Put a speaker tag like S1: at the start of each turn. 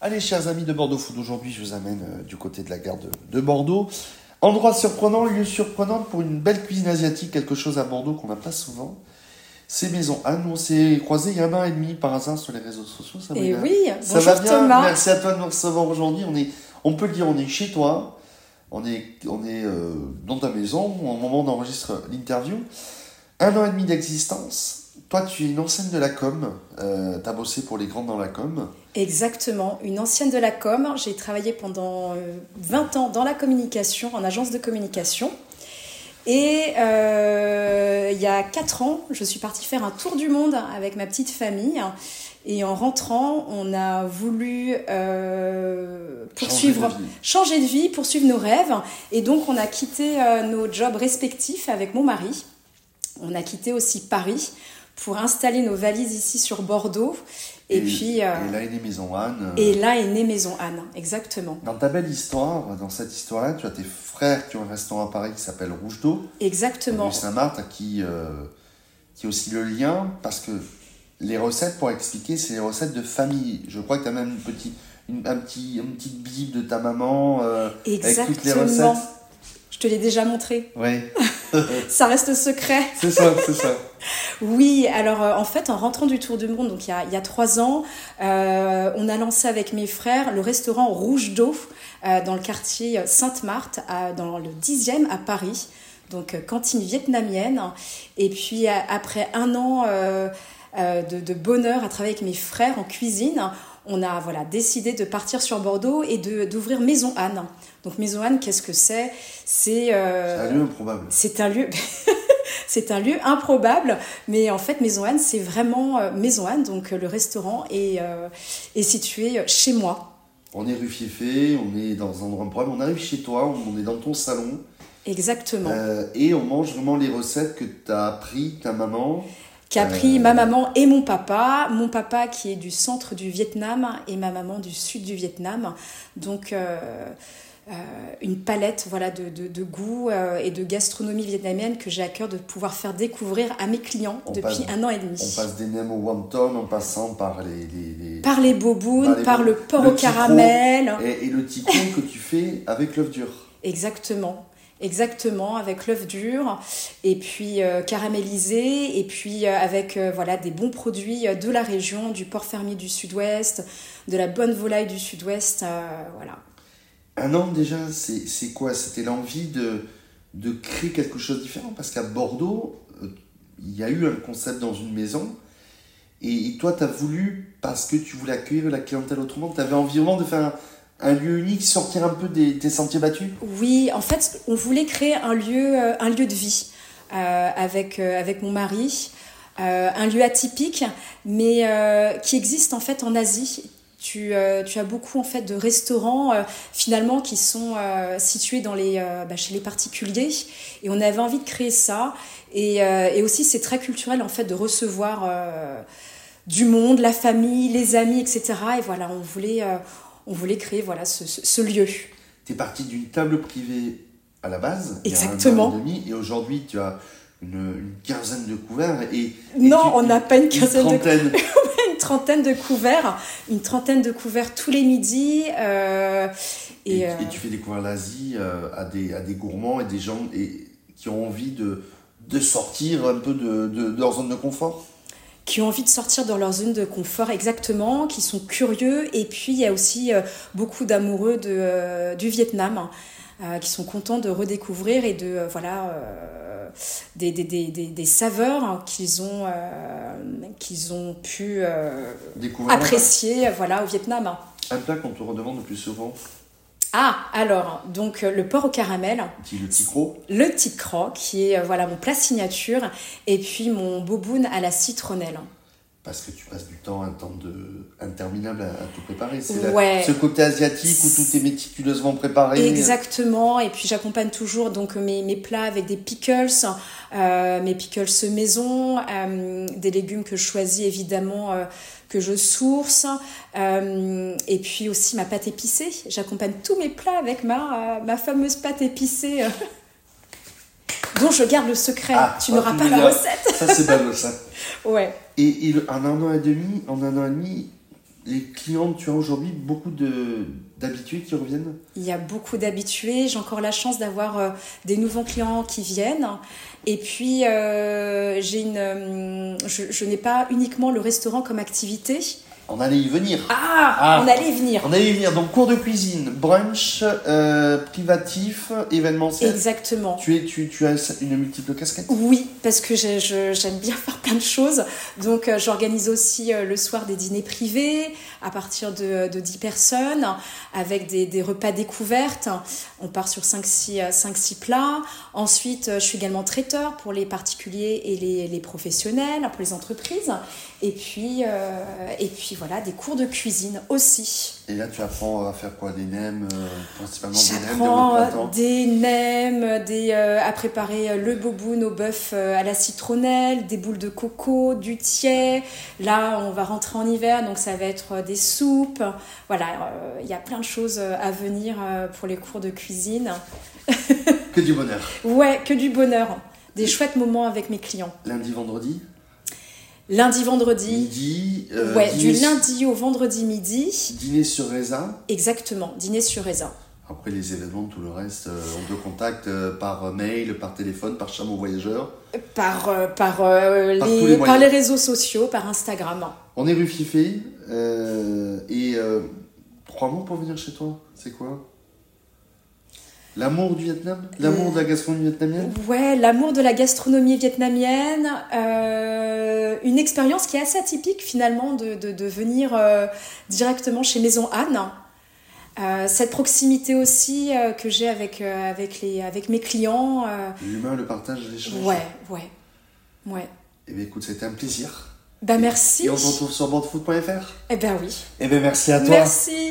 S1: Allez, chers amis de Bordeaux Food, aujourd'hui je vous amène euh, du côté de la gare de, de Bordeaux. Endroit surprenant, lieu surprenant pour une belle cuisine asiatique, quelque chose à Bordeaux qu'on n'a pas souvent. C'est Maison Anne, on s'est croisés il y a un an et demi par hasard sur les réseaux sociaux, ça
S2: Et
S1: Sabrina.
S2: Eh oui,
S1: Oh Ça
S2: bonjour
S1: va bien
S2: Thomas.
S1: Merci à toi de nous recevoir aujourd'hui. On, est, on peut le dire, on est chez toi, on est, on est euh, dans ta maison au moment où on enregistre l'interview. Un an et demi d'existence. Toi, tu es une ancienne de la com. Euh, tu as bossé pour les grandes dans la com.
S2: Exactement, une ancienne de la com. J'ai travaillé pendant euh, 20 ans dans la communication, en agence de communication. Et euh, il y a 4 ans, je suis partie faire un tour du monde avec ma petite famille. Et en rentrant, on a voulu euh, poursuivre,
S1: Changer de vie.
S2: changer de vie, poursuivre nos rêves. Et donc, on a quitté euh, nos jobs respectifs avec mon mari. On a quitté aussi Paris pour installer nos valises ici sur Bordeaux. Et, puis, euh,
S1: et là, il est Maison Anne.
S2: et là est née Maison Anne, exactement.
S1: euh. Dans ta belle histoire, dans cette histoire-là, tu as tes frères qui ont un restaurant à Paris qui s'appelle Rouge d'eau,
S2: Exactement.
S1: rue Saint-Martin, qui, euh, qui est aussi le lien, parce que les recettes, pour expliquer, c'est les recettes de famille. Je crois que tu as même une, petite- une, un petit, une petite bible de ta maman, euh, avec toutes les
S2: Exactement.
S1: recettes.
S2: Je te l'ai déjà montré.
S1: Ouais,
S2: Ça reste secret.
S1: c'est ça, c'est ça.
S2: Oui, alors euh, en fait, en rentrant du Tour du Monde, donc il y a, il y a trois ans, euh, on a lancé avec mes frères le restaurant Rouge d'eau euh, dans le quartier Sainte-Marthe, à- dans le 10e à Paris. Donc euh, cantine vietnamienne. Et puis a- après un an euh, euh, de, de bonheur à travailler avec mes frères en cuisine, on a voilà décidé de partir sur Bordeaux et de- d'ouvrir Maison Anne. Donc Maison Anne, qu'est-ce que c'est C'est
S1: C'est
S2: euh,
S1: un lieu improbable.
S2: c'est un lieu. C'est un lieu improbable, mais en fait, Maison Anne, c'est vraiment euh, Maison Anne, donc euh, le restaurant est, euh, est situé euh, chez moi.
S1: On est rue Fieffé, on est dans un endroit improbable, on arrive chez toi, on est dans ton salon,
S2: Exactement.
S1: euh, et on mange vraiment les recettes que tu as appris ta maman.
S2: Qu'a pris
S1: euh,
S2: ma maman et mon papa. Mon papa qui est du centre du Vietnam et ma maman du sud du Vietnam. Donc, euh, euh, une palette voilà, de, de, de goûts euh, et de gastronomie vietnamienne que j'ai à cœur de pouvoir faire découvrir à mes clients
S1: On
S2: depuis
S1: passe-
S2: un an et demi.
S1: On passe des nems au wonton en passant par les. les- les-
S2: Par les
S1: Par
S2: bobounes,
S1: les
S2: par le
S1: bobounes.
S2: porc
S1: Le
S2: au
S1: petit croc.
S2: caramel.
S1: Et, et le tico que tu fais avec l'œuf dur.
S2: Exactement. Exactement, avec l'œuf dur, et puis euh, caramélisé, et puis euh, avec euh, voilà des bons produits euh, de la région, du porc fermier du sud-ouest, de la bonne volaille du sud-ouest, euh, voilà.
S1: Un an déjà, c'est c'est quoi C'était l'envie de, de créer quelque chose de différent Parce qu'à Bordeaux, euh, il y a eu un concept dans une maison. Et, et toi, tu as voulu, parce que tu voulais accueillir la clientèle autrement, tu avais envie vraiment de faire un, un lieu unique, sortir un peu des, des sentiers battus
S2: Oui, en fait, on voulait créer un lieu, euh, un lieu de vie euh, avec, euh, avec mon mari, euh, un lieu atypique, mais euh, qui existe en fait en Asie. Tu, euh, tu as beaucoup en fait de restaurants euh, finalement qui sont euh, situés dans les, euh, bah, chez les particuliers et on avait envie de créer ça et, euh, et aussi c'est très culturel en fait de recevoir euh, du monde, la famille, les amis, etc. Et voilà, on voulait, euh, on voulait créer voilà ce- ce- ce lieu.
S1: Tu es parti d'une table privée à la base, il y a un an
S2: Exactement.
S1: et demi, et aujourd'hui, tu as une, une quinzaine de couverts. Et, et
S2: Non,
S1: tu-
S2: on n'a pas une
S1: une
S2: quinzaine de
S1: trentaine.
S2: une trentaine de couverts, une trentaine de couverts tous les midis. euh,
S1: Et,
S2: et, euh,
S1: et tu fais découvrir l'Asie euh, à, des, à des gourmands et des gens et, qui ont envie de, de sortir un peu de, de, de leur zone de confort.
S2: qui ont envie de sortir de leur zone de confort exactement, qui sont curieux. Et puis il y a aussi euh, beaucoup d'amoureux de, euh, du Vietnam hein, euh, qui sont contents de redécouvrir et de euh, voilà euh, des, des, des, des, des saveurs hein, qu'ils ont euh, qu'ils ont pu euh,
S1: Découvrir un-
S2: apprécier euh, voilà au Vietnam. hein.
S1: un plat qu'on te redemande le plus souvent,
S2: Ah alors donc euh, le porc au caramel.
S1: dit le ticro.
S2: le petit croc qui est euh, voilà mon plat signature et puis mon boboon à la citronnelle.
S1: Parce que tu passes du temps, un temps de, interminable à, à tout préparer. C'est la-
S2: Ouais.
S1: ce côté asiatique où tout est méticuleusement préparé.
S2: Exactement et puis j'accompagne toujours donc mes, mes plats avec des pickles, euh, mes pickles maison, euh, des légumes que je choisis évidemment euh, que je source euh, et puis aussi ma pâte épicée. J'accompagne tous mes plats avec ma euh, ma fameuse pâte épicée euh, dont je garde le secret.
S1: Ah,
S2: tu
S1: bah,
S2: n'auras
S1: tu
S2: pas
S1: dis
S2: la
S1: là.
S2: recette.
S1: hein. Ça, c'est ballot, ça.
S2: Ouais.
S1: Et, et le- en un an et demi, en un an et demi, les clients tu as aujourd'hui beaucoup de d'habitués qui reviennent
S2: Il y a beaucoup d'habitués. J'ai encore la chance d'avoir euh, des nouveaux clients qui viennent. Et puis, euh, j'ai une, euh, je, je n'ai pas uniquement le restaurant comme activité.
S1: On allait y venir.
S2: Ah,
S1: Ah.
S2: On allait y venir.
S1: On allait y venir. Donc cours de cuisine, brunch, euh, privatif, événementiel.
S2: Exactement.
S1: Tu, es, tu, tu as une multiple casquette.
S2: Oui, parce que j'ai- je- j'aime bien faire plein de choses. Donc, euh, j'organise aussi euh, le soir des dîners privés à partir de, de 10 personnes avec des, des repas découvertes. On part sur 5-6 plats. Ensuite, euh, je suis également traiteur pour les particuliers et les, les professionnels, pour les entreprises. Et puis, euh, et puis, voilà, des cours de cuisine aussi.
S1: Et là, tu apprends à faire quoi Des nems, euh, principalement des nems de
S2: J'apprends
S1: repas
S2: euh,
S1: temps.
S2: des nems, des, euh, à préparer euh, le boboon au bœuf euh, à la citronnelle, des boules de coco, du tiet. Là, on va rentrer en hiver, donc ça va être euh, des soupes. Voilà, euh, il y a plein de choses euh, à venir euh, pour les cours de cuisine.
S1: Que du bonheur.
S2: Ouais, que du bonheur. Des chouettes moments avec mes clients.
S1: Lundi, vendredi,
S2: Lundi, vendredi.
S1: midi. euh,
S2: ouais, du
S1: dîner su-
S2: lundi au vendredi midi.
S1: Dîner sur Reza.
S2: Exactement, dîner sur raisin.
S1: Après les événements, tout le reste, euh, on te contacte euh, par mail, par téléphone, par chameau voyageur.
S2: Par, euh, par, euh,
S1: Par tous
S2: les,
S1: les
S2: par
S1: moyens.
S2: les réseaux sociaux, par Instagram.
S1: On est rue Fifi, euh, et euh, trois mots pour venir chez toi, c'est quoi L'amour du Vietnam L'amour de la gastronomie vietnamienne
S2: Ouais, l'amour de la gastronomie vietnamienne, euh, une expérience qui est assez atypique finalement de, de, de venir euh, directement chez Maison Anne. Euh, cette proximité aussi euh, que j'ai avec, euh, avec, les, avec mes clients. euh,
S1: L'humain, le partage, l'échange.
S2: ouais, ouais, ouais.
S1: Eh bien écoute, c'était un plaisir.
S2: Bah merci.
S1: Et on se retrouve sur boardfoot.fr
S2: Eh ben oui.
S1: Eh bien merci à toi.
S2: Merci.